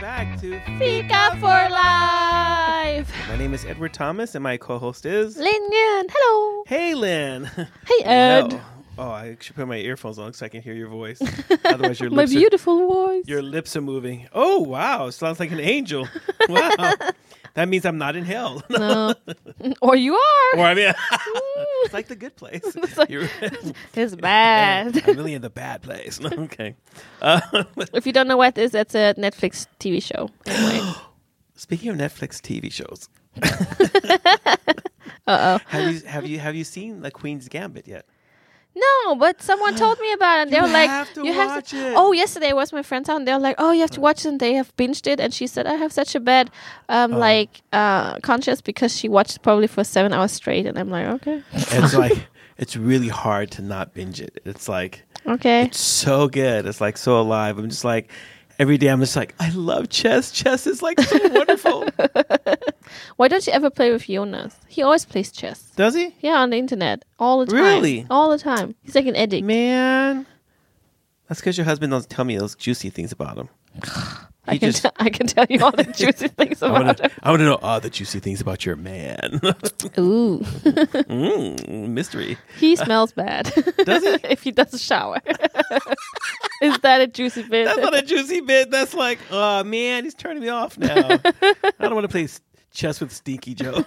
back to Fika for life. My name is Edward Thomas, and my co-host is Lin Yan, hello. Hey Lynn. Hey Ed. No. Oh, I should put my earphones on so I can hear your voice. Otherwise, your My lips are, beautiful voice. your lips are moving. Oh wow, sounds like an angel. Wow, that means I'm not in hell. No. or you are. or I mean, it's like the good place. like- You're- it's bad. I'm really in the bad place. okay. Uh, if you don't know what it is, that's a Netflix TV show. Anyway. Speaking of Netflix TV shows, Uh oh. have you have you have you seen The Queen's Gambit yet? No, but someone told me about it. And they You were like, have to "You have watch it." to." Oh, yesterday I was my friend's house. And they were like, "Oh, you have to watch it." And they have binged it. And she said, "I have such a bad, Oh. um, like, uh, conscience because she watched probably for seven hours straight." And I'm like, "Okay, It's like it's really hard to not binge it. It's like okay." so good. It's like so alive. I'm just like every day. I'm just like I love chess. Chess is like so wonderful. Why don't you ever play with Jonas? He always plays chess. Does he? Yeah, on the internet all the time. Really? All the time. He's like an addict. Man, that's because your husband doesn't tell me those juicy things about him. I He can just t- I can tell you all the juicy things I want about him. to. I want to know all the juicy things about your man. Ooh, mm, mystery. he smells bad. Does he? if he doesn't shower, is that a juicy bit? That's not a juicy bit. That's like, oh man, he's turning me off now. I don't want to play s- chess with Stinky Joe.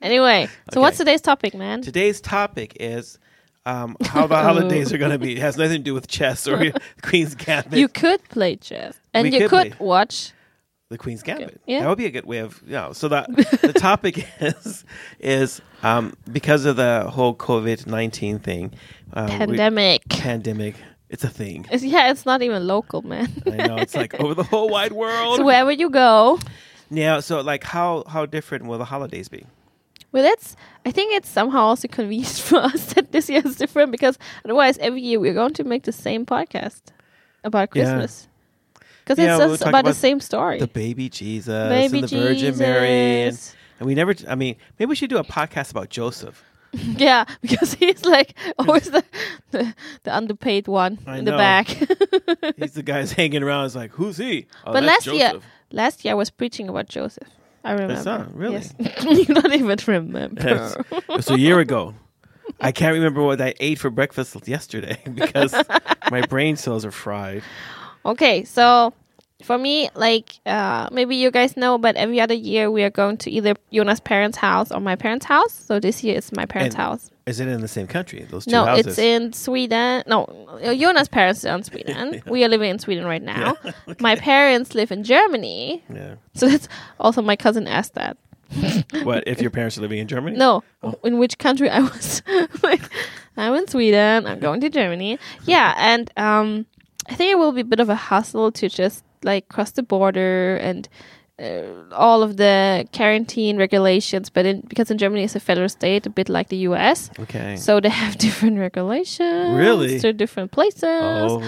Anyway, so Okay. what's today's topic, man? Today's topic is um, how the holidays are going to be. It has nothing to do with chess or Queen's Gambit. You could play chess, and We you could could play. watch. the Queen's Gambit. Yeah. That would be a good way of you know. So the the topic is is um, because of the whole COVID nineteen thing, uh, we- Pandemic. pandemic. It's a thing. It's- yeah, it's not even local, man. I know it's like over the whole wide world. so wherever you go, yeah. So like, how how different will the holidays be? well, that's. I think it's somehow also convenient for us that this year is different because otherwise, every year we're going to make the same podcast about Yeah. Christmas because Yeah, it's we'll just talk about, the about same story. The baby Jesus Baby and the Virgin Mary, and, Jesus. and we never. I mean, maybe we should do a podcast about Joseph. Yeah, because he's like always the the, the underpaid one I in the know. back. He's the guy who's hanging around. It's like, who's he? Oh, but uh, last that's year, Joseph. last year I was preaching about Joseph. I remember. not- really? Yes. you don't even remember. Yes. it's a year ago. I can't remember what I ate for breakfast yesterday because my brain cells are fried. Okay, so for me, like uh, maybe you guys know, but every other year we are going to either Jonas' parents' house or my parents' house. So this year it's my parents' And house. Is it in the same country? Those two No, houses. it's in Sweden. No, uh, Jonas' parents are in Sweden. We are living in Sweden right now. My parents live in Germany. yeah. So that's also my cousin asked that. What if your parents are living in Germany? No, Oh. in which country I was? like, I'm in Sweden. I'm going to Germany. Yeah, and um, I think it will be a bit of a hassle to just like cross the border and uh, all of the quarantine regulations. But in, because in Germany it's a federal state, a bit like the U.S., Okay. so they have different regulations. Really? to different places. oh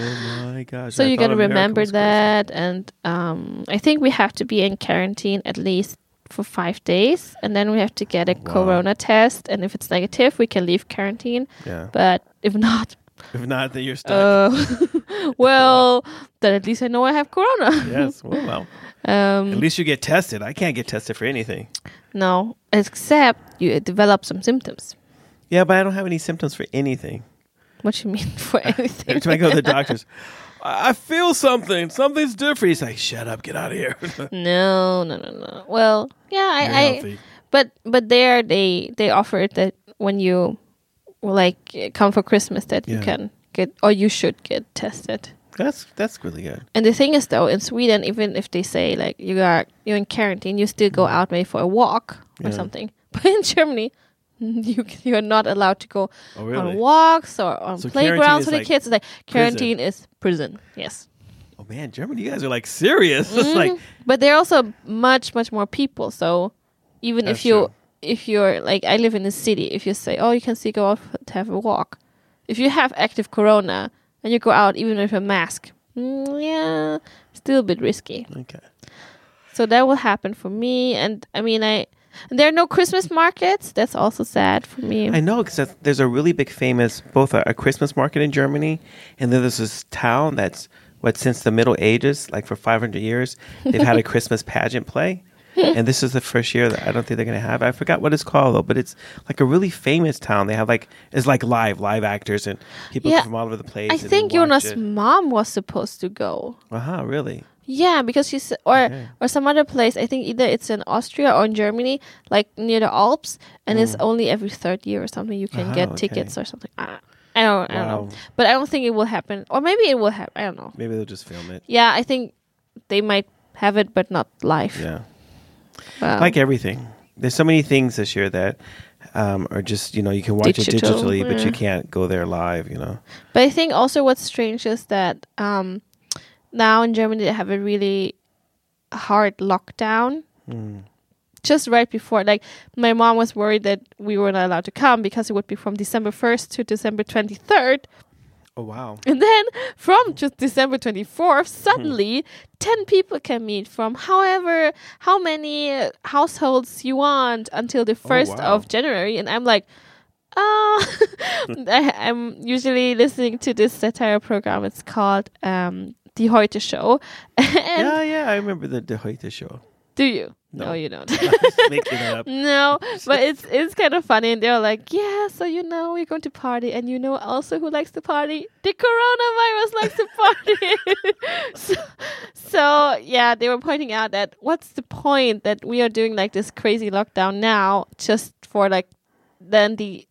my gosh. So I you thought gotta America remember was crazy. that, and um, I think we have to be in quarantine at least for five days, and then we have to get a corona test, and if it's negative, we can leave quarantine. Yeah. But if not, If not, then you're stuck. uh, well, then at least I know I have corona. yes. Well, well. At Um, least you get tested. I can't get tested for anything. no, except you develop some symptoms. Yeah, but I don't have any symptoms for anything. What you mean for anything? Every time I go to the doctors, I I feel something. Something's different. He's like, shut up, get out of here. No, no, no, no. Well, yeah, I, You're I healthy. but but there they they offer it that when you like come for Christmas that you Yeah. can get or you should get tested. that's that's really good. And the thing is though, in Sweden, even if they say like you are you're in quarantine, you still go out maybe for a walk Mm. or Yeah. something. But in Germany, you you are not allowed to go Oh, on really? walks or on So quarantine playgrounds is for the like kids. It's like prison. quarantine is prison. Yes. Oh man, Germany, you guys are like serious. It's like but there are also much much more people so even if That's you true. if you're like i live in the city if you say oh you can still go out f- to have a walk if you have active corona and you go out even with a mask mm, yeah still a bit risky okay. so that will happen for me and i mean i and there are no christmas markets that's also sad for me I know because there's a really big famous both a, a Christmas market in Germany, and then there's this town that's what since the Middle Ages, like for 500 years, they've had a Christmas pageant play. and this is the first year that I don't think they're going to have. it. I forgot what it's called though, but it's like a really famous town. They have like it's like live live actors and people Yeah, from all over the place. I and they think watch Jonas' it. mom was supposed to go. Uh-huh, really? Yeah, because she's or or some other place. I think either it's in Austria or in Germany, like near the Alps, and it's only every third year or something you can Ah, get Mm. okay. tickets or something. I don't, I don't, I don't know, Wow. but I don't think it will happen. Or maybe it will happen. I don't know. Maybe they'll just film it. Yeah, I think they might have it, but not live. Yeah. Wow. like everything. There's so many things this year that um, are just you know you can watch Digital, it digitally, but yeah. you can't go there live. You know, But I think also what's strange is that um, now in Germany they have a really hard lockdown. Hmm. Just right before, like my mom was worried that we were not allowed to come because it would be from December first to December twenty third, oh wow, and then from just December twenty fourth, Hmm. suddenly ten people can meet from however how many uh, households you want until the first Oh, wow. of January, and I'm like. Oh, I, I'm usually listening to this satire program. It's called um, Die Heute Show. and yeah, yeah, I remember the De Heute show. do you? No, No. you don't. I'm just making it up. no, but it's it's kind of funny. And they're like, yeah, so you know we're going to party, and you know also who likes to party? The coronavirus likes to party. so, so yeah, they were pointing out that what's the point that we are doing like this crazy lockdown now just for like then the.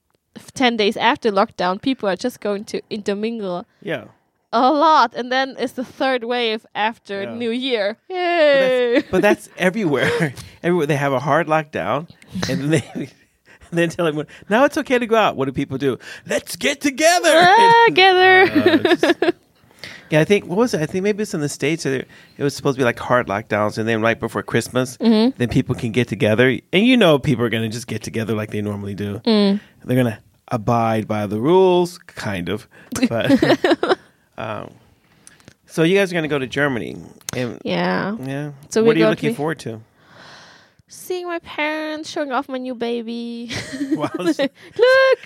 10 days after lockdown people are just going to intermingle Yeah, a lot, and then it's the third wave after Yeah. New Year. Yay! but that's everywhere. everywhere they have a hard lockdown, and then they and then tell everyone now it's okay to go out. What do people do? Let's get together. Ah, Together. Uh, it's just- yeah, I think what was it? I think maybe it's in the states. Or it was supposed to be like hard lockdowns, and then right before Christmas, then people can get together, and you know people are going to just get together like they normally do. They're going to abide by the rules, kind of. But um, so you guys are going to go to Germany, and yeah, yeah. So So we what are you got- looking we- forward to? seeing my parents, showing off my new baby. Wow, it's- Look,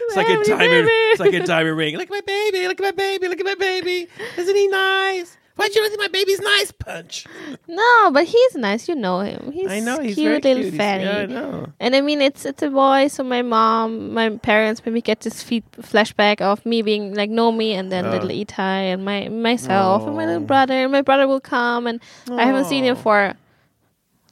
It's like a baby, diamond. baby. It's like a diamond ring. Look at my baby. Look at my baby. Look at my baby. Isn't he nice? Why'd you look at my baby's nice punch? no, but he's nice. You know him. He's I know he's cute very little cute. fatty. He's, yeah, I know. And I mean, it's it's a boy, so my mom, my parents maybe get this feed flashback of me being like Nomi, and then Oh. little Itai, and my myself, and my little Aw. brother, and my brother will come, and I haven't seen him Aw. for a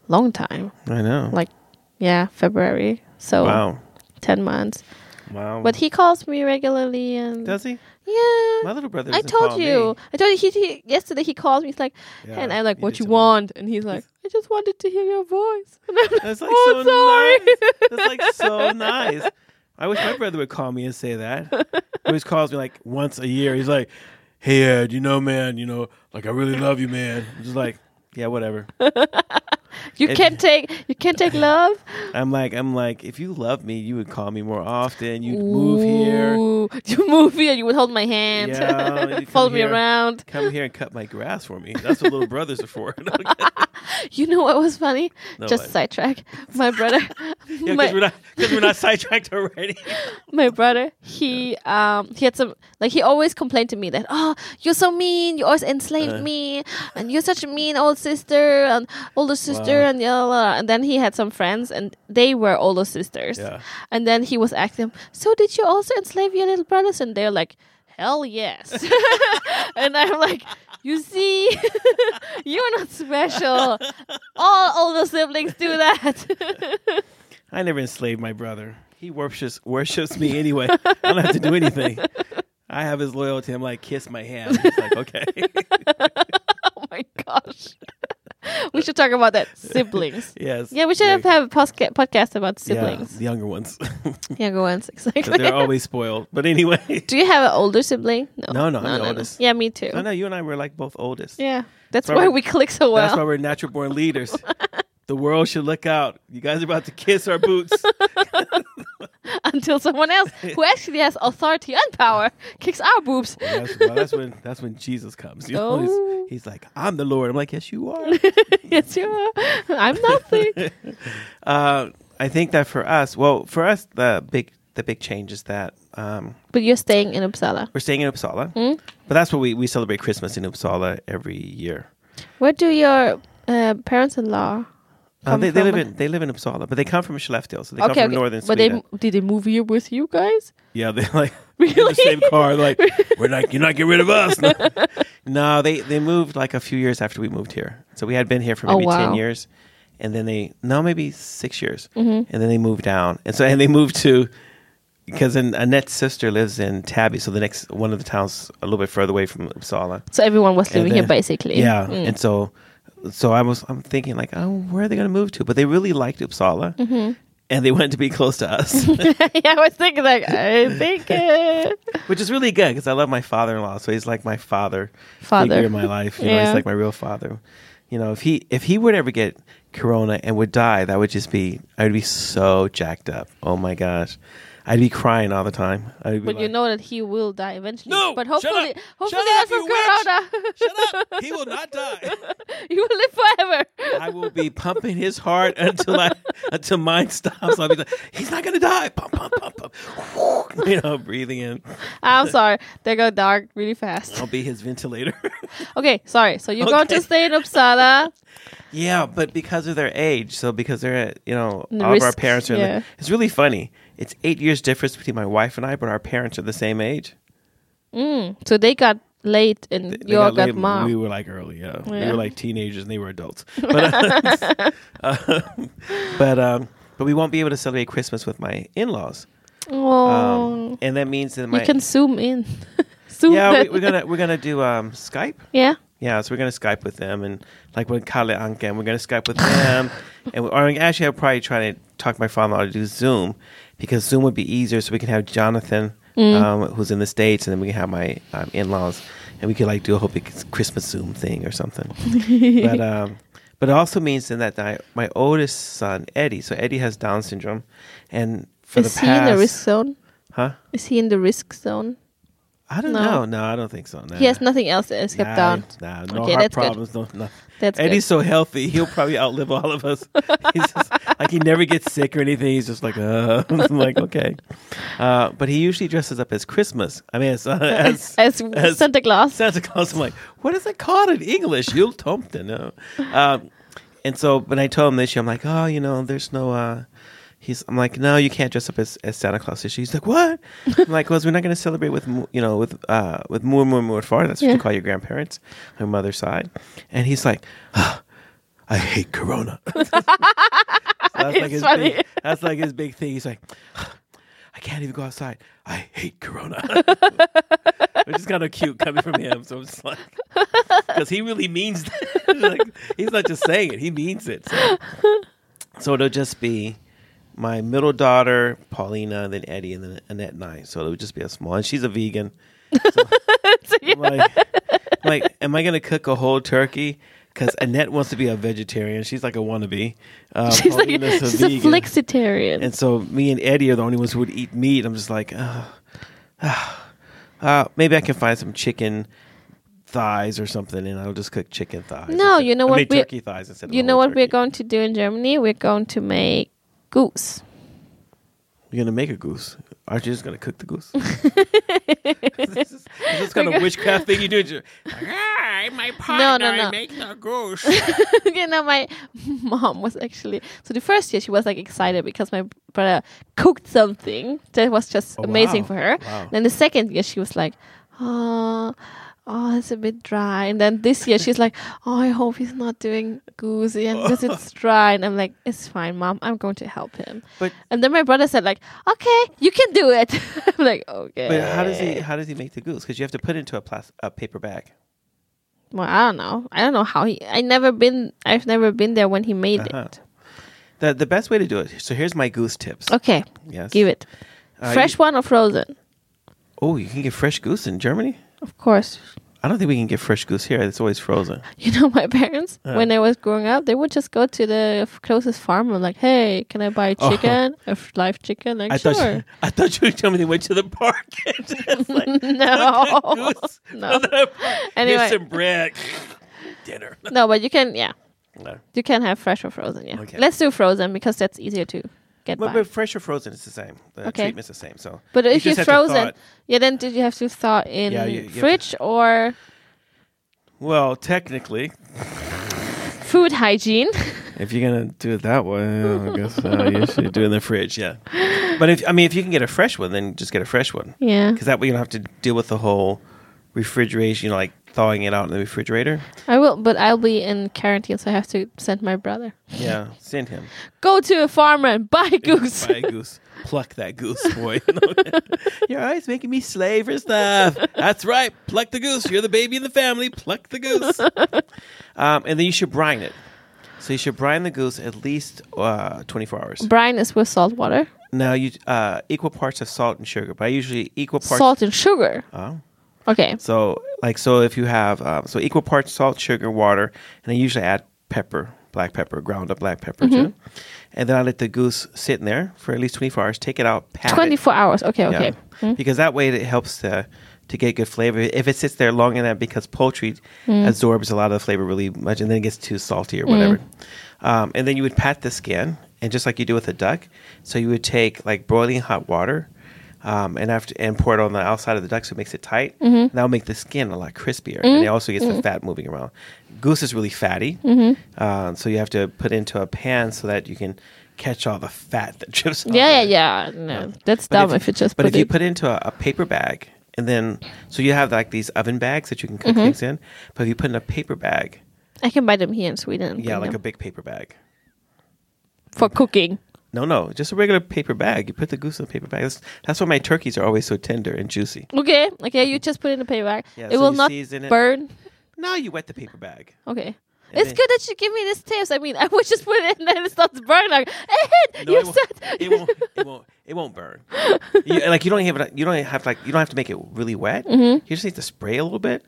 long time, I know. like yeah, February, so wow, ten months. wow. But he calls me regularly, and does he? yeah, My little brother. I doesn't told call me. you, I told you. He, he yesterday he called me. He's like, Yeah, and I'm like, he what did you tell me. want? And he's like, I just wanted to hear your voice. And I'm like, That's like oh, so sorry. nice. That's like so nice. I wish my brother would call me and say that. He always calls me like once a year. He's like, "Hey Ed, you know, man, you know, like I really love you, man." I'm just like, yeah, whatever. You It- can't take you can't take love. I'm like, I'm like, if you love me, you would call me more often. You'd move here, Ooh, You move here. You would hold my hand. Yeah, you come Follow me here. around. come here and cut my grass for me. That's what little brothers are for. No, You know what was funny? No Just way. sidetrack. My brother. yeah, my- because we're not because we're not sidetracked already. my brother he um he had some like he always complained to me that oh you're so mean you always enslaved Uh. me and you're such a mean old sister and older sister Wow. and yada, yada. and then he had some friends and they were older sisters Yeah. and then he was asking them so did you also enslave your little brothers and they're like hell yes and i'm like you see you're not special all older siblings do that I never enslaved my brother. He worships worships me anyway. I don't have to do anything. I have his loyalty. I'm like, kiss my hand. He's like, okay. oh my gosh. we should talk about that. Siblings. yes. Yeah, we should have, have a posca- podcast about siblings. the younger ones. 'Cause Younger ones, exactly. they're always spoiled. But anyway. Do you have an older sibling? No, no, I'm the oldest. Yeah, me too. I know you and I were like both oldest. Yeah, that's That's why why we click so That's why well. we're natural born leaders. the world should look out. You guys are about to kiss our boots. Until someone else who actually has authority and power kicks our boobs. that's, well, that's when that's when Jesus comes. You know, Oh. he's, he's like, I'm the Lord. I'm like, yes, you are. yes, you are. I'm nothing. Uh, I think that for us, well, for us, the big the big change is that um, but you're staying in Uppsala. Hmm? we're staying in Uppsala, But that's what we, we celebrate Christmas in Uppsala every year. Where do your uh, parents-in-law? Uh, Come they, they from- live in they live in Uppsala, but they come from Skellefteå, so they come okay, from okay. northern but Sweden. they did they move here with you guys? yeah, they like really? in the same car. Like we're not you're not getting rid of us. No. they they moved like a few years after we moved here, so we had been here for Oh, maybe ten wow. years, and then they no maybe six years, Mm-hmm. and then they moved down, and so and they moved to because then Annette's sister lives in Tabby, so the next one of the towns a little bit further away from Uppsala. So everyone was And living here then- basically. Yeah, Mm. and so so I was I'm thinking like, oh, where are they going to move to? But they really liked Uppsala, Mm-hmm. and they wanted to be close to us, yeah, I was thinking like I think it. which is really good because I love my father-in-law, so he's like my father, Father. figure in my life. You know, Yeah. he's like my real father. You know, if he if he were to ever get corona and would die, that would just be I would be so jacked up. Oh my gosh, I'd be crying all the time. I'd be But you like, know that he will die eventually. No, but shut up. hopefully, Shut hopefully up, not from you Corona. shut up, he will not die. you will live forever. I will be pumping his heart until I until mine stops. I'll be like, he's not gonna die. Pump, pump, pump, pump. You know, breathing in. I'm sorry, they go dark really fast. I'll be his ventilator. Okay, sorry. So you're going to Okay. stay in Uppsala. yeah, but because of their age, so because they're at- you know The all of our risk, parents are. in the- yeah. it's really funny. It's eight years difference between my wife and I, but our parents are the same age. Mm. So they got late, and They you all late got and mom. We were like early, yeah. We Yeah. were like teenagers and they were adults. But, uh, um, but um, but we won't be able to celebrate Christmas with my in-laws, oh, um, and that means that my you can zoom in. zoom yeah, we, in. we're gonna we're gonna do um, Skype. Yeah. Yeah, so we're gonna Skype with them, and like with Kale Anke, and we're gonna Skype with them, and we, or actually, I'll probably try to talk my father-in-law to do Zoom because Zoom would be easier, so we can have Jonathan, Mm. um, who's in the states, and then we can have my um, in-laws, and we could like do a whole big Christmas Zoom thing or something. but um, but it also means then that I, my oldest son Eddie, so Eddie has Down syndrome, and for Is the he in past, the risk zone? huh? Is he in the risk zone? I don't No. know. No, I don't think so. No. He has nothing else except Nah, down. Nah, no Okay, heart that's good. problems. No, no. That's good. Eddie's so healthy, he'll probably outlive all of us. He's just, like he never gets sick or anything. He's just like, uh, I'm like okay. Uh, but he usually dresses up as Christmas. I mean, as, uh, as, As, as Santa Claus. Santa Claus. I'm like, what is it called in English? You'll Tompton. No. Um, and so when I told him this year, I'm like, oh, you know, there's no. Uh, he's. I'm like, no, you can't dress up as, as Santa Claus this year. He's like, what? I'm like, well, we're not going to celebrate with Mu- you know with uh, with more more more far. That's what Yeah. you call your grandparents, my mother's side. And he's like, "Ah, I hate Corona. So that's, It's like his funny. Big, that's like his big thing. He's like. "Ah, I can't even go outside. I hate Corona. Which is kind of cute coming from him. So I'm just like, because he really means that. like, he's not just saying it; he means it. So. So it'll just be my middle daughter, Paulina, then Eddie, and then Annette and I. So it would just be a small, and she's a vegan. So I'm like, I'm like, am I going to cook a whole turkey? Because Annette wants to be a vegetarian. She's like a wannabe. Uh, she's like Paulina's she's a flexitarian. and so me and Eddie are the only ones who would eat meat. I'm just like, uh, uh, maybe I can find some chicken thighs or something, and I'll just cook chicken thighs. No, instead- you know I what mean, we- turkey thighs instead. Of you the know whole what we're turkey. going to do in Germany? We're going to make goose. We're gonna make a goose. Aren't you just gonna cook the goose? this is this kind We're of go- witchcraft thing you do. You're- Hi, my no, partner no. make the goose. you know, my mom was actually so the first year she was like excited because my brother cooked something that was just Oh, amazing wow. for her. Wow. Then the second year she was like, oh, oh, it's a bit dry. And then this year she's like, oh, I hope he's not doing goosey and because it's dry. And I'm like, it's fine, mom. I'm going to help him. But And then my brother said like, okay, you can do it. I'm like, okay. but how does he how does he make the goose? Because you have to put it into a plas- a paper bag. Well, I don't know. I don't know how he. I never been. I've never been there when he made Uh-huh. it. The the best way to do it. So here's my goose tips. Okay, Yes. give it. Uh, Fresh you- one or frozen? oh, you can get fresh goose in Germany. Of course. I don't think we can get fresh goose here. It's always frozen. You know, my parents, Yeah. when I was growing up, they would just go to the f- closest farmer, like, hey, can I buy Oh. chicken? A f- live chicken? Like, I sure. thought you, I thought you were telling me they went to the park. and just like, no. goose Oh, no. from the park. Anyway. Here's some bread. Dinner. no, but you can, yeah. No. You can have fresh or frozen, yeah. Okay. Let's do frozen because that's easier to get But, by. but fresh or frozen, it's the same. The Okay. treatment's the same. So, But if just you have to thaw frozen, it. yeah, then did you have to thaw in Yeah, you- you have to- fridge or well, technically, food hygiene? if you're gonna do it that way, I guess uh, you should do it in the fridge. Yeah, but if I mean, if you can get a fresh one, then just get a fresh one yeah, because that way you don't have to deal with the whole refrigeration, you know, like thawing it out in the refrigerator. I will, but I'll be in quarantine, so I have to send my brother. Yeah, send him. Go to a farmer and buy goose. Buy a goose. Pluck that goose, boy. Your eyes making me slave for stuff. That's right. Pluck the goose. You're the baby in the family. Pluck the goose. Um, and then you should brine it. So you should brine the goose at least uh, 24 hours. Brine is with salt water, Now you uh, equal parts of salt and sugar, but I usually equal parts. salt and sugar. Oh. Okay, So like so, if you have um, so equal parts salt, sugar, water, and I usually add pepper, black pepper, ground up black pepper Mm-hmm. too, and then I let the goose sit in there for at least 24 hours. Take it out, pat it. twenty-four hours. Okay, Yeah. okay. Hmm? Because that way it helps to to get good flavor. If it sits there long enough, because poultry Hmm. absorbs a lot of the flavor really much, and then it gets too salty or whatever. Hmm. Um, and then you would pat the skin, and just like you do with a duck, so you would take like boiling hot water. Um, and after and pour it on the outside of the duck so it makes it tight. Mm-hmm. And That'll make the skin a lot crispier, and it also gets the fat moving around. Goose is really fatty, Mm-hmm. uh, so you have to put into a pan so that you can catch all the fat that drips. off Yeah, of it. yeah, yeah. No, that's But dumb if, you just but put if it. you put it into a, a paper bag and then so you have like these oven bags that you can Mm-hmm. cook things in but if you put in a paper bag I can buy them here in Sweden. and yeah bring like a them big paper bag for cooking. no no just a regular paper bag you put the goose in a paper bag that's, that's why my turkeys are always so tender and juicy Okay, okay. You just put it in the paper bag. Yeah, it so will you not season it. burn. now you wet the paper bag Okay. And it's then- good that you give me these tips. I mean, I would just put it and then it starts burning. Like, eh, No, you it won't- said. it won't it won't it won't burn you, like you don't have you don't have like you don't have to make it really wet Mm-hmm. you just need to spray a little bit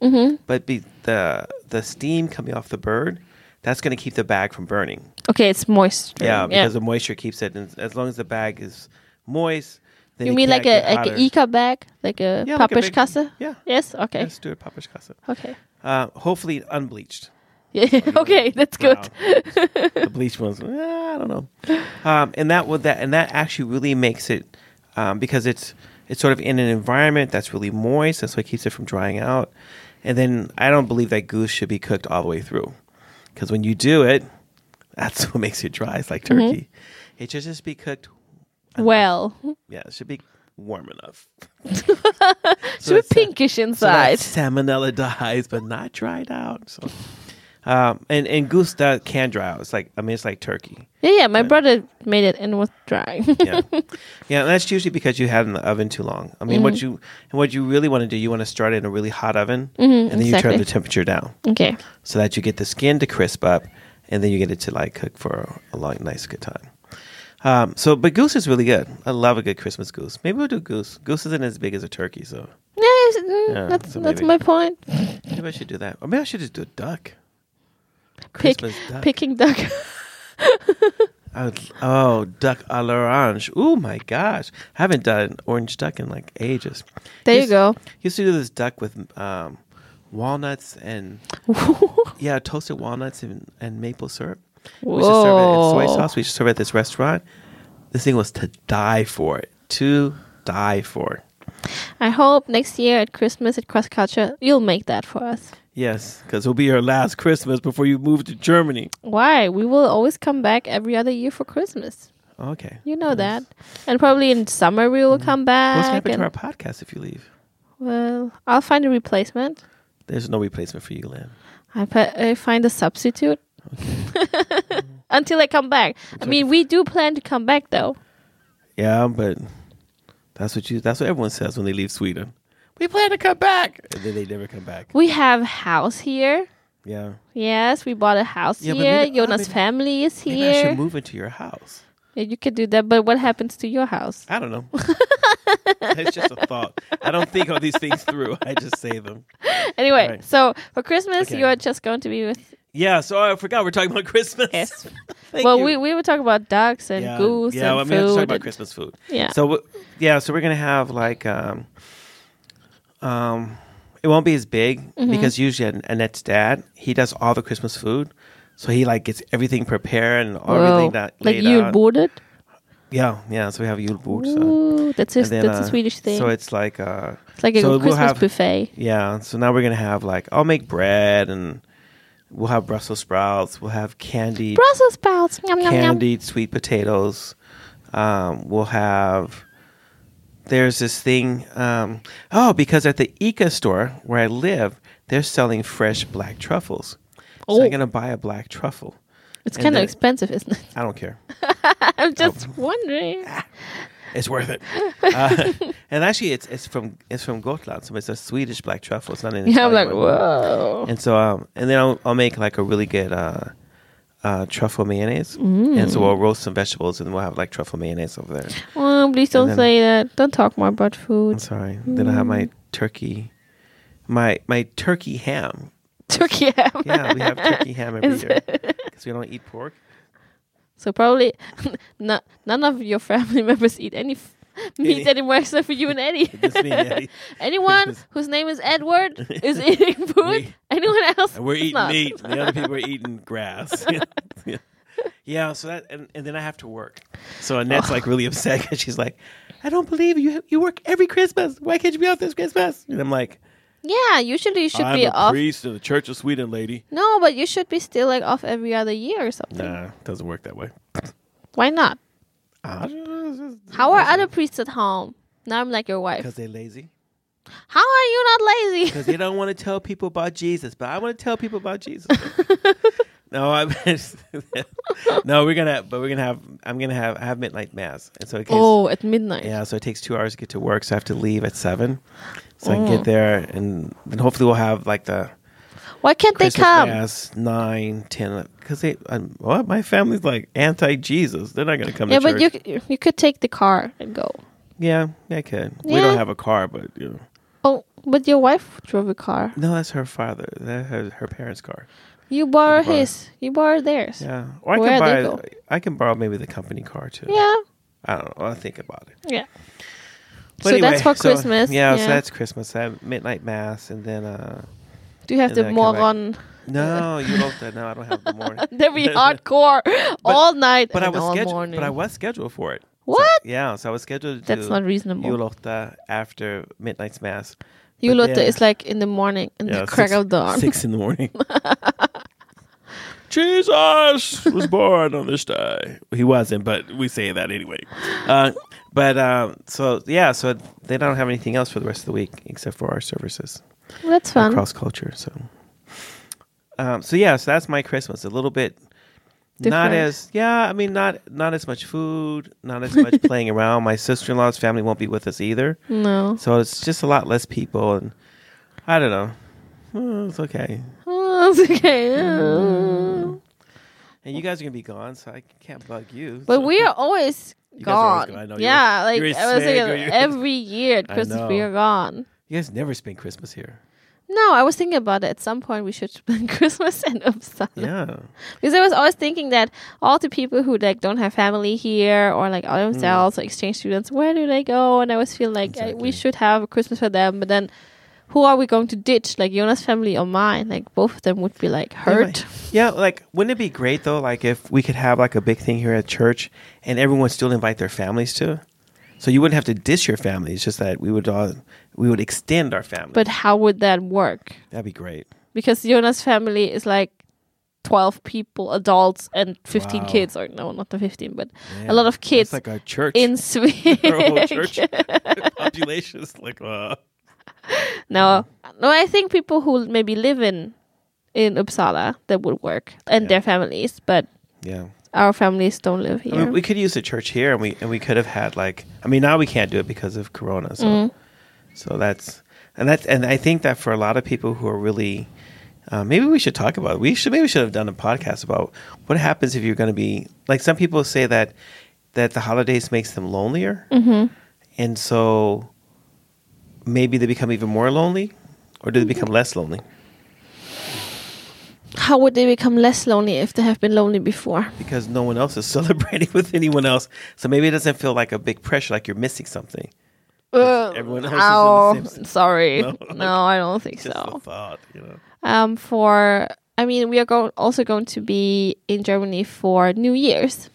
but be the the steam coming off the bird that's going to keep the bag from burning Okay, it's moist. Yeah, because the moisture keeps it. And as long as the bag is moist, then you it mean can't like get a like hotter. an Ika bag, like a Yeah, like a papish big- kasse? Yeah. Yes. Okay. Let's do it, Papa's casa. Okay. Uh, hopefully unbleached. Yeah. okay. That's good. the bleached ones, eh, I don't know. Um, and that would that and that actually really makes it um, because it's it's sort of in an environment that's really moist. That's what keeps it from drying out. And then I don't believe that goose should be cooked all the way through because when you do it, that's what makes it dry. It's like Mm-hmm. turkey. It should just be cooked Well, Yeah, it should be warm enough. should be it's, uh, pinkish So that inside. salmonella dies, but not dried out. So, um, and and goose does, can dry out. It's like I mean, it's like turkey. yeah, yeah. My brother made it and it was dry. Yeah, yeah. And that's usually because you had it in the oven too long. I mean, what Mm-hmm. you and what you really want to do, you want to start it in a really hot oven, and then you Mm-hmm, exactly. turn the temperature down okay. so that you get the skin to crisp up, and then you get it to like cook for a long, nice, good time. Um, so, but goose is really good. I love a good Christmas goose. Maybe we'll do goose. Goose isn't as big as a turkey, so Yeah, it's- mm, Yeah, that's so that's maybe- my point. Maybe I should do that. Or maybe I should just do a duck. Pick, Christmas duck. picking duck. I would, oh, duck à l'orange. Oh my gosh. I haven't done an orange duck in like ages. there you Used- go. Used to do this duck with um, walnuts and, yeah, toasted walnuts and, and maple syrup. We used to serve it in soy Whoa. sauce. We used to serve it at this restaurant. This thing was to die for. To die for. I hope next year at Christmas at Cross Culture you'll make that for us. Yes, because it'll be your last Christmas before you move to Germany. Why? We will always come back every other year for Christmas. Okay. You know that. And probably in summer we Mm. will come back. What's happening and- to our podcast if you leave? well, I'll find a replacement. There's no replacement for you, Lynn. I, fi- I find a substitute until I come back. I mean, we do plan to come back though. Yeah, but that's what you that's what everyone says when they leave Sweden. We plan to come back. And then they never come back. We have a house here. Yeah. Yes, we bought a house Yeah, but here. maybe- I Jonas' mean, family is Maybe I here. should move into your house. Yeah, you could do that, but what happens to your house? I don't know. it's just a thought. I don't think all these things through. I just say them. Anyway, Right. so for Christmas, Okay. you're just going to be with Yeah, so I forgot we're talking about Christmas. us. Thank well, you. we, we were talking about ducks and yeah, goose yeah, and well, I mean, we have to food. talk about and- Christmas food. yeah. So w- yeah, so we're gonna have like um, um, it won't be as big Mm-hmm. because usually An- Annette's dad he does all the Christmas food, so he like gets everything prepared and Whoa. everything that like laid you out. boarded? Yeah, yeah. So we have julbord. So, Ooh, that's a, and then, that's a uh, Swedish thing. So it's like, uh, it's like a so we'll Christmas have- buffet. yeah. So now we're gonna have like, I'll make bread, and we'll have Brussels sprouts. We'll have candy, Brussels sprouts. Yum, yum, yum. candied sweet potatoes. Um, we'll have. There's this thing. Um, oh, because at the Ica store where I live, they're selling fresh black truffles. So Oh. I'm gonna buy a black truffle. It's and kind of then- Oh. expensive, isn't it? I don't care. I'm just wondering. It's worth it. Uh, and actually, it's it's from it's from Gotland, so it's a Swedish black truffle. It's not an Yeah, I'm Italian like, one. whoa. And so, um, and then I'll, I'll make like a really good uh, uh, truffle mayonnaise. Mm. And so I'll roast some vegetables, and we'll have like truffle mayonnaise over there. Oh, please don't then- say that. Don't talk more about I'm food. sorry. Then I have my turkey, my my turkey ham. Turkey ham. Yeah, we have turkey ham every Is year because we don't eat pork. So probably no, none of your family members eat any f- meat Any- anymore except for you and Eddie. Just me and Eddie. Anyone whose name is Edward is eating food. Me. Anyone else? And we're is eating not. meat. and The other people are eating grass. yeah. yeah, so that and, and then I have to work. So Annette's like really upset because she's like, I don't believe you. You work every Christmas. Why can't you be off this Christmas? And I'm like, Yeah, usually you should I'm be a off. priest of the Church of Sweden, lady. No, but you should be still like off every other year or something. Nah, doesn't work that way. Why not? Because How are other priests at home? Now I'm like your wife. they're lazy. How are you not lazy? Because they don't want to tell people about Jesus, but I want to tell people about Jesus. no, I'm no, we're gonna, but we're gonna have. I'm gonna have. I have midnight mass, and so in case Oh, at midnight. Yeah, so it takes two hours to get to work, so I have to leave at seven, so I can Oh. get there, and then hopefully we'll have like the Why can't they Christmas come? mass nine, ten, because they um, what my family's like anti Jesus. They're not going to come. Yeah, to but church. you c- you could take the car and go. Yeah, yeah, I could. We Yeah. don't have a car, but you know, Oh, but your wife drove a car. no, that's her father. That her, her parents' car. You borrow borrow. his. You borrow theirs. Yeah. Yeah, or I Where they can go? buy. I can borrow maybe the company car too. Yeah. I don't know. I'll think about it. So that's for Christmas, Yeah, yeah. so that's Christmas. I have midnight mass, and then. uh Do you have And the then I come back. moron? No, you wrote that. No, I don't have the morning. They'll be hardcore all night But I and was all scheduled. morning. But I was scheduled for it. what? Yeah, so I was scheduled to That's do not reasonable. Yulota after midnight's mass. You but look then- it's like in the morning and Yeah, the crack six- of dawn. Six in the morning. Jesus was born on this day. He wasn't, but we say that anyway. Uh, but um, so yeah, so they don't have anything else for the rest of the week except for our services That's fun. across culture. So, um, so yeah, so that's my Christmas. A little bit, not Different. as yeah. I mean, not not as much food, not as much playing around. My sister in law's family won't be with us either, No. so it's just a lot less people. And I don't know. Oh, it's okay. Oh, it's okay. Oh. And you guys are gonna be gone, so I can't bug you. But so- we are always You guys are always gone. gone. I know. You yeah, were- like you were I was sick thinking or you- every year at I Christmas we know. are gone. you guys never spend Christmas here. No, I was thinking about it. At some point, we should spend Christmas in Uppsala. Yeah, Because I was always thinking that all the people who like don't have family here or like Mm. all themselves or exchange students, where do they go? And I always feel like uh, we Exactly. should have a Christmas for them, but then who are we going to ditch? Like Jonas' family or mine? Like both of them would be like hurt. Yeah, like wouldn't it be great though? Like if we could have like a big thing here at church, and everyone still invite their families to. So you wouldn't have to dish your family. It's just that we would all we would extend our family. But how would that work? that'd be great. Because Jonas' family is like. 12 people, adults, and 15 Wow. kids, or no, not the 15, but Yeah. a lot of kids It's like a church. in Sweden. our whole church population is like uh, No, Mm-hmm. no. I think people who maybe live in in Uppsala that would work, and their families. But yeah. our families don't live here. I mean, we could use the church here, and we and we could have had like I mean now we can't do it because of Corona. So so that's and that's and I think that for a lot of people who are really uh, maybe we should talk about it. we should maybe we should have done a podcast about what happens if you're going to be like some people say that that the holidays makes them lonelier, and so maybe they become even more lonely, or do they become less lonely? How would they become less lonely if they have been lonely before? because no one else is celebrating with anyone else. So maybe it doesn't feel like a big pressure, like you're missing something. 'Cause everyone else is in oh, the same- Uh, sorry. No. No, I don't think Just a so. thought, you know. Um, for I mean, we are go- also going to be in Germany for New Year's.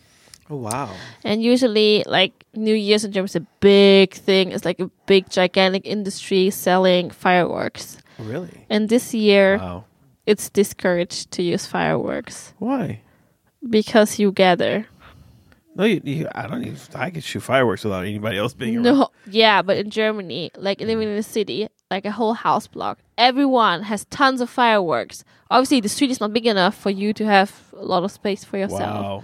Oh wow. And usually, like New Year's in Germany is a big thing. It's like a big, gigantic industry selling fireworks. Really? And this year, Wow. it's discouraged to use fireworks Why? because you gather. No, you, you, I don't. Even, I could shoot fireworks without anybody else being around. No, yeah, but in Germany, like living in the city, like a whole house block, everyone has tons of fireworks. Obviously, the street is not big enough for you to have a lot of space for yourself. Wow.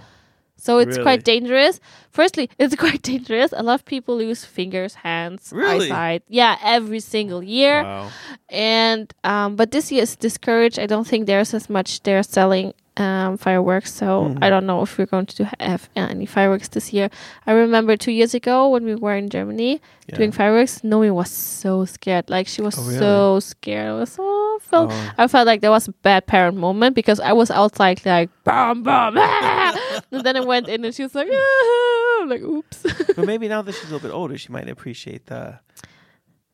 So it's Really? quite dangerous. Firstly, it's quite dangerous. A lot of people lose fingers, hands, Really? eyesight. Yeah, every single year. Wow. And um, but this year is discouraged. I don't think there's as much they're selling um, fireworks. So Mm-hmm. I don't know if we're going to have any fireworks this year. I remember two years ago when we were in Germany Yeah. doing fireworks, Nomi was so scared. Like she was Oh, really? so scared. I was so felt. Oh. I felt like there was a bad parent moment because I was outside like bomb bomb. ah! and then I went in and she was like, ah! I'm like oops. but maybe now that she's a little bit older, she might appreciate the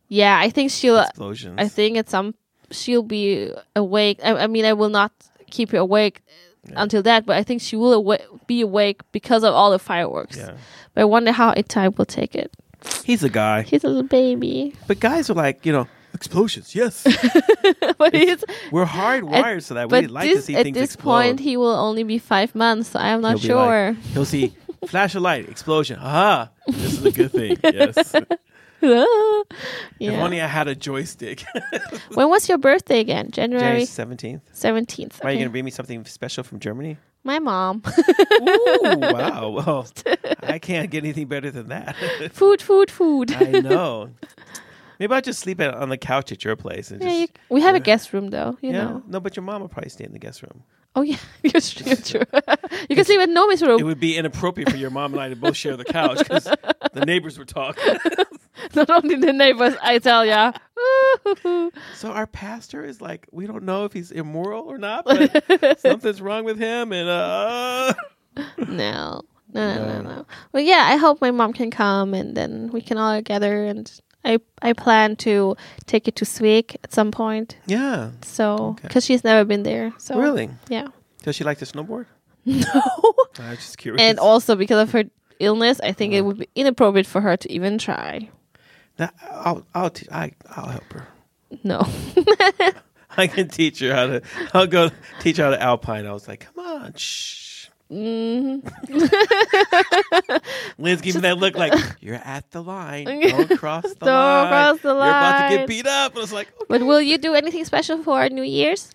yeah, I think she'll explosions. I think at some she'll be awake. I, I mean, I will not keep her awake until that, but I think she will awa- be awake because of all the fireworks. Yeah. But I wonder how Itai will take it. He's a guy, He's a little baby, but guys are like you know explosions. Yes, but he's. we're hardwired so that we But like to this, see at things this explode. point, he will only be five months, so I'm not He'll be sure. like- he'll see flash of light, explosion. Aha! This is a good thing. Yes. If yeah. only I had a joystick. When was your birthday again? January January seventeenth. 17th. Are you Okay. going to bring me something special from Germany? My mom. Ooh, wow. Well, I can't get anything better than that. food, food, food. I know. Maybe I'll just sleep at, on the couch at your place. And Yeah, just, you- we have a guest room, though, you yeah. know. No, but your mom will probably stay in the guest room. Oh yeah, you're true. You're true. you can sleep in Nomi's It room. would be inappropriate for your mom and I to both share the couch because the neighbors were talking. Not only the neighbors, I tell ya. Ooh. So our pastor is like, we don't know if he's immoral or not, but something's wrong with him. And uh, no. No, no, no, no. Well, yeah, I hope my mom can come, and then we can all gather. And I, I plan to take it to Sweden at some point. yeah, So, Okay. because she's never been there. So really. yeah. Does she like to snowboard? No. I was just curious. and also because of her illness, I think Uh-huh. it would be inappropriate for her to even try. Now, I'll, I'll, te- I, I'll help her. No. I can teach her how to. I'll go teach her how to alpine. I was like, come on, shh. Mm-hmm. Lynn's giving that look like you're at the line. Don't cross the Don't line. cross the You're about to line." get beat up. And I was like, "Oh." but will you do anything special for New Year's?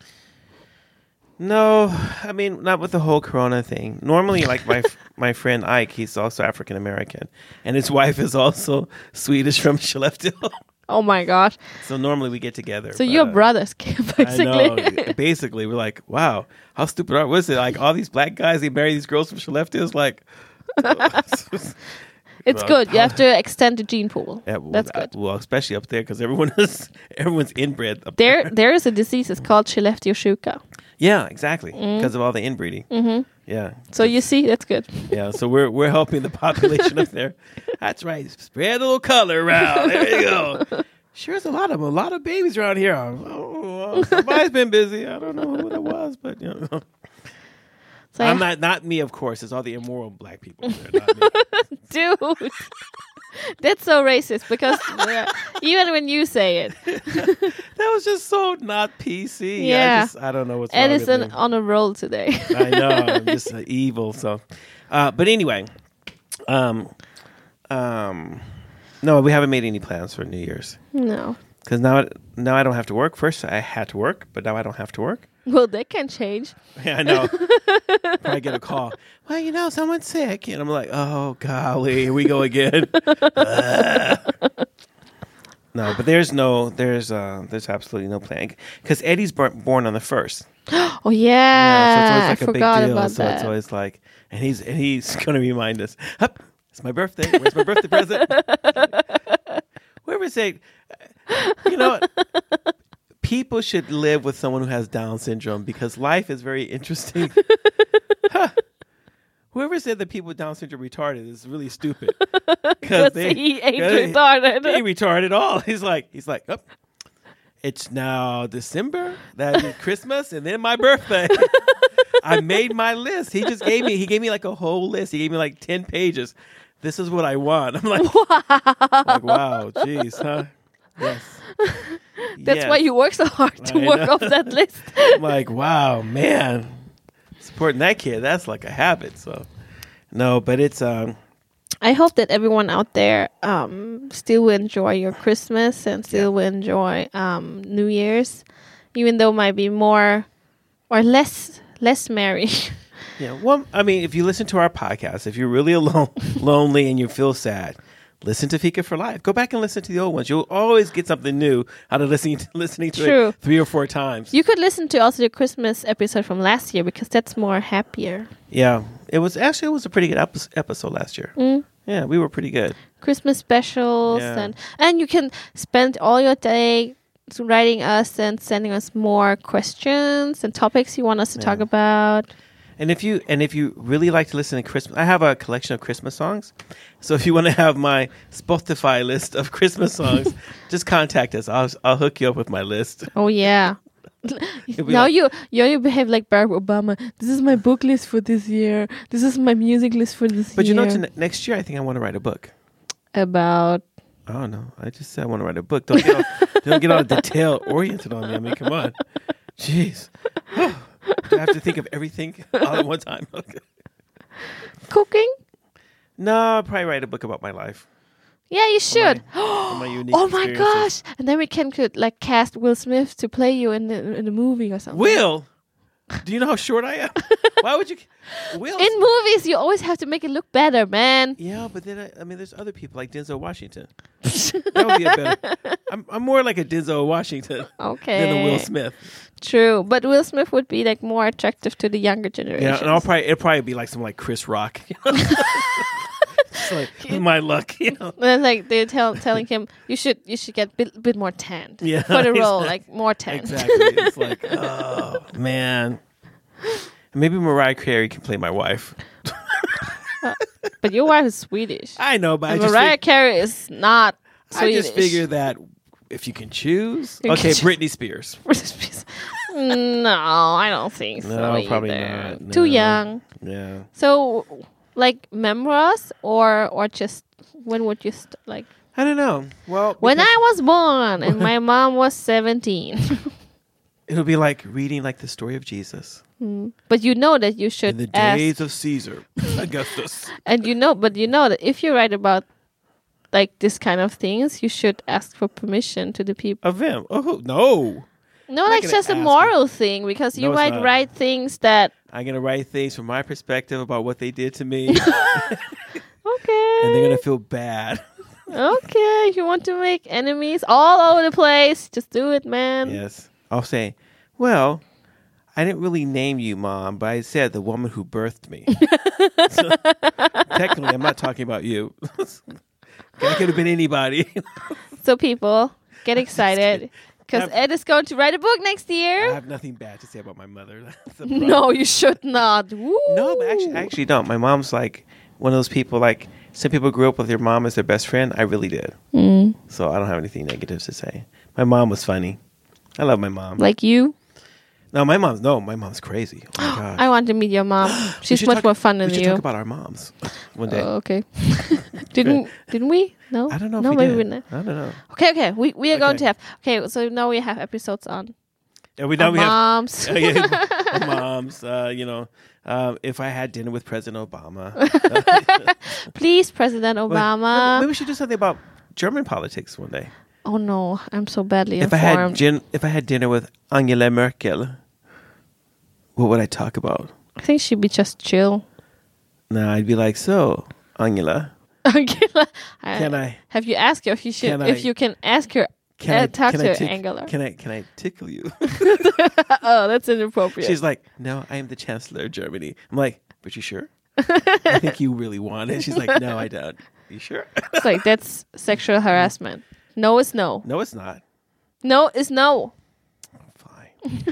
no. I mean, not with the whole Corona thing. Normally, like my my friend Ike, he's also African American, and his wife is also Swedish from Skellefteå. Oh my gosh. so normally we get together. So but, your uh, brothers came basically. I know. basically, we're like, wow, how stupid are was it? Like all these black guys, they marry these girls from Shalefta. It's like, it's Well, good. You have to extend the gene pool. Yeah, well, That's uh, good. well, especially up there because everyone is everyone's inbred. Up there. There, there is a disease. It's called Chileftioshuka. Yeah, exactly. Because of all the inbreeding. Mm-hmm. Yeah, So you see, that's good. yeah. So we're we're helping the population up there. That's right. Spread a little color around. There you go. Sure, is a lot of 'em, a lot of babies around here. Oh, somebody's been busy. I don't know who it was, but you know. So I'm I- not not me, of course. It's all the immoral black people. There, not me. dude. that's so racist because we're- even when you say it, That was just so not PC. I, Yeah. just, I don't know what's wrong with Edison me. on a roll today. I know I'm just uh, evil. So, uh, but anyway, um, um, no, we haven't made any plans for New Year's no, because now it- now I don't have to work. First, I had to work, but now I don't have to work. well that can change. Yeah, I know. I get a call. Well, you know, someone's sick, and I'm like, oh golly, here we go again. no, but there's no, there's, uh, there's absolutely no plan because Eddie's bor- born on the first. Oh yeah, Yeah, I forgot about so that. it's always like, and he's and he's gonna remind us, "Hup, it's my birthday. Where's my birthday present? Whoever say, you know, what? people should live with someone who has Down syndrome because life is very interesting. Huh. Whoever said that people with Down syndrome are retarded is really stupid because he ain't they- he retarded. retarded all. He's like, he's like, oh, it's now December, that is Christmas, and then my birthday. I made my list. He just gave me he gave me like a whole list. He gave me like ten pages. This is what I want. I'm like, like wow, jeez, huh? Yes. That's Yes. why you work so hard to I work know. off that list. I'm like, wow, man, supporting that kid, that's like a habit. So, no, but it's um, I hope that everyone out there um, still will enjoy your Christmas and still will enjoy um, New Year's, even though it might be more or less less merry. yeah. Well, I mean, if you listen to our podcast, if you're really alone, lonely, and you feel sad, listen to Fika for Life. Go back and listen to the old ones. You'll always get something new out of listening to, listening to True. it three or four times. you could listen to also the Christmas episode from last year because that's more happier. yeah, it was actually it was a pretty good epi- episode last year. Mm. Yeah, we were pretty good. Christmas specials Yeah. and and you can spend all your day writing us and sending us more questions and topics you want us to talk about. And if you and if you really like to listen to Christmas, I have a collection of Christmas songs. So if you want to have my Spotify list of Christmas songs, just contact us. I'll I'll hook you up with my list. Oh yeah. be now like- you you you behave like Barack Obama. This is my book list for this year. This is my music list for this But you year. know, to ne- next year I think I want to write a book. about I don't know. I just said I want to write a book. Don't get all, don't get all detail oriented on me. I mean, come on, jeez. Do I have to think of everything all at one time? Okay. cooking. No, I'll probably write a book about my life. Yeah, you should. My unique Oh my experiences. gosh! And then we can could like cast Will Smith to play you in the in the movie or something. Will, do you know how short I am? Why would you? Will in movies you always have to make it look better, man. Yeah, but then I, I mean, there's other people like Denzel Washington. that would be a better. I'm, I'm more like a Denzel Washington Okay. than a Eh. Will Smith. True, but Will Smith would be like more attractive to the younger generation. Yeah, and I'll probably it'll probably be like some like Chris Rock. It's like this is my luck, you know. And then, like they're tell, telling him you should you should get a bit, bit more tanned Yeah, for the role, exactly. like more tanned. Exactly. It's like, oh man. Maybe Mariah Carey can play my wife. But your wife is Swedish. I know, but I And just, Mariah fig- Carey is not I Swedish. just figure that if you can choose, You okay, can choose. Britney Spears. no, I don't think so. No, probably either. not, Too no. young. Yeah. So, like memoirs, or or just when would you st- like? I don't know. Well, When because- I was born and my mom was seventeen. it'll be like reading like the story of Jesus. but you know that you In should the ask days of Caesar, Augustus. and you know but you know that if you write about like this kind of things you should ask for permission to the people Of him. Oh, who- no. no like gonna just a ask moral thing because you No, it's might not. write things that I'm going to write things from my perspective about what they did to me, and they're okay going to feel bad. okay if you want to make enemies all over the place just do it man yes. I'll say, well, I didn't really name you, Mom, but I said the woman who birthed me. So, technically, I'm not talking about you. that could have been anybody. so people get excited because Have- ed is going to write a book next I year have nothing bad to say about my mother. That's the problem. no you should not No, but actually, I Woo. actually don't. My mom's like one of those people. Like some people grew up with their mom as their best friend. I really did. So I don't have anything negative to say. My mom was funny. I love my mom. like you no, my mom's no. My mom's crazy. Oh my god. i want to meet your mom We she's should much talk- more fun than we should you talk about our moms one day. Oh, okay. didn't didn't we? No. I don't know. If No, we maybe did. we not. I don't know. Okay, okay. We we are going Okay. to have. Okay, so now we have episodes on Yeah, we now our we have moms. Oh, yeah. Our moms. Uh, you know, um, if I had dinner with President Obama, Please, President Obama. maybe we should do something about German politics one day. oh no, I'm so badly if I had informed. I, gin, if I had dinner with Angela Merkel, what would I talk about? think she'd be just chill. No, I'd be like, so Angela, Angela, I- can I Have you asked her if you should? Can if I- you can ask her. can uh, I talk can to I tick- Angela. Can I can I tickle you? oh, that's inappropriate. She's like, no, I am the Chancellor of Germany. I'm like, but you sure? I think you really want it. She's like, no, I don't. You sure? it's like that's sexual harassment. No is no. no, it's not. No is no. Fine.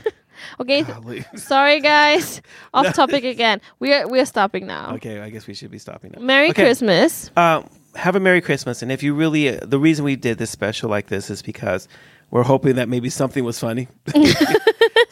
Okay. th- Golly. Sorry, guys. Off topic again. We are we are stopping now. Okay, I guess we should be stopping now. Merry Okay. Christmas. um, have a Merry Christmas. And if you really, uh, the reason we did this special like this is because we're hoping that maybe something was funny.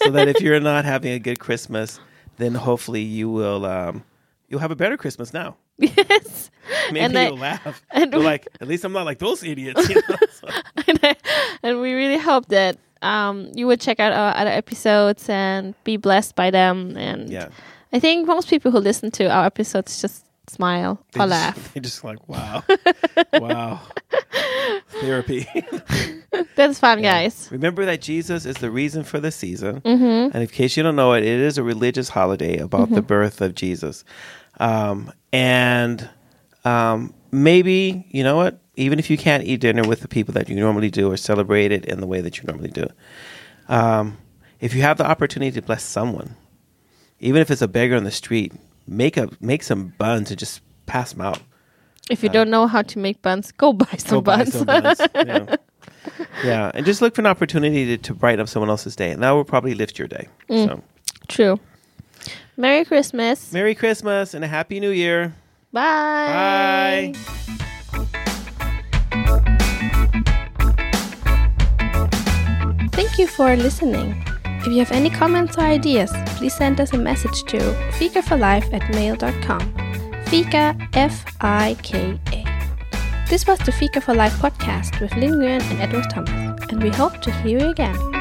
so that if you're not having a good Christmas, then hopefully you will um, you'll have a better Christmas now. yes. Maybe And I- you'll laugh. and- You're like, at least I'm not like those idiots. You know? So- and, I, and we really hope that um, you would check out our other episodes and be blessed by them. And yeah, I think most people who listen to our episodes just smile They or just- laugh. They're just like, wow, wow, therapy. That's fun, guys. Remember that Jesus is the reason for the season. Mm-hmm. And in case you don't know it, it is a religious holiday about the birth of Jesus. Um, and um, maybe, you know what? Even if you can't eat dinner with the people that you normally do or celebrate it in the way that you normally do, um, if you have the opportunity to bless someone, even if it's a beggar on the street, make a make some buns and just pass them out. If you don't know how to make buns, go buy some Uh, Go buy buns. some buns. yeah. yeah, and just look for an opportunity to, to brighten up someone else's day, and that will probably lift your day. So, True. Merry Christmas. Merry Christmas and a Happy New Year. Bye. Bye. Thank you for listening. If you have any comments or ideas, please send us a message to fikaforlife at mail.com. Fika, F I K A. This was the Fika for Life podcast with Lin Nguyen and Edward Thomas, and we hope to hear you again.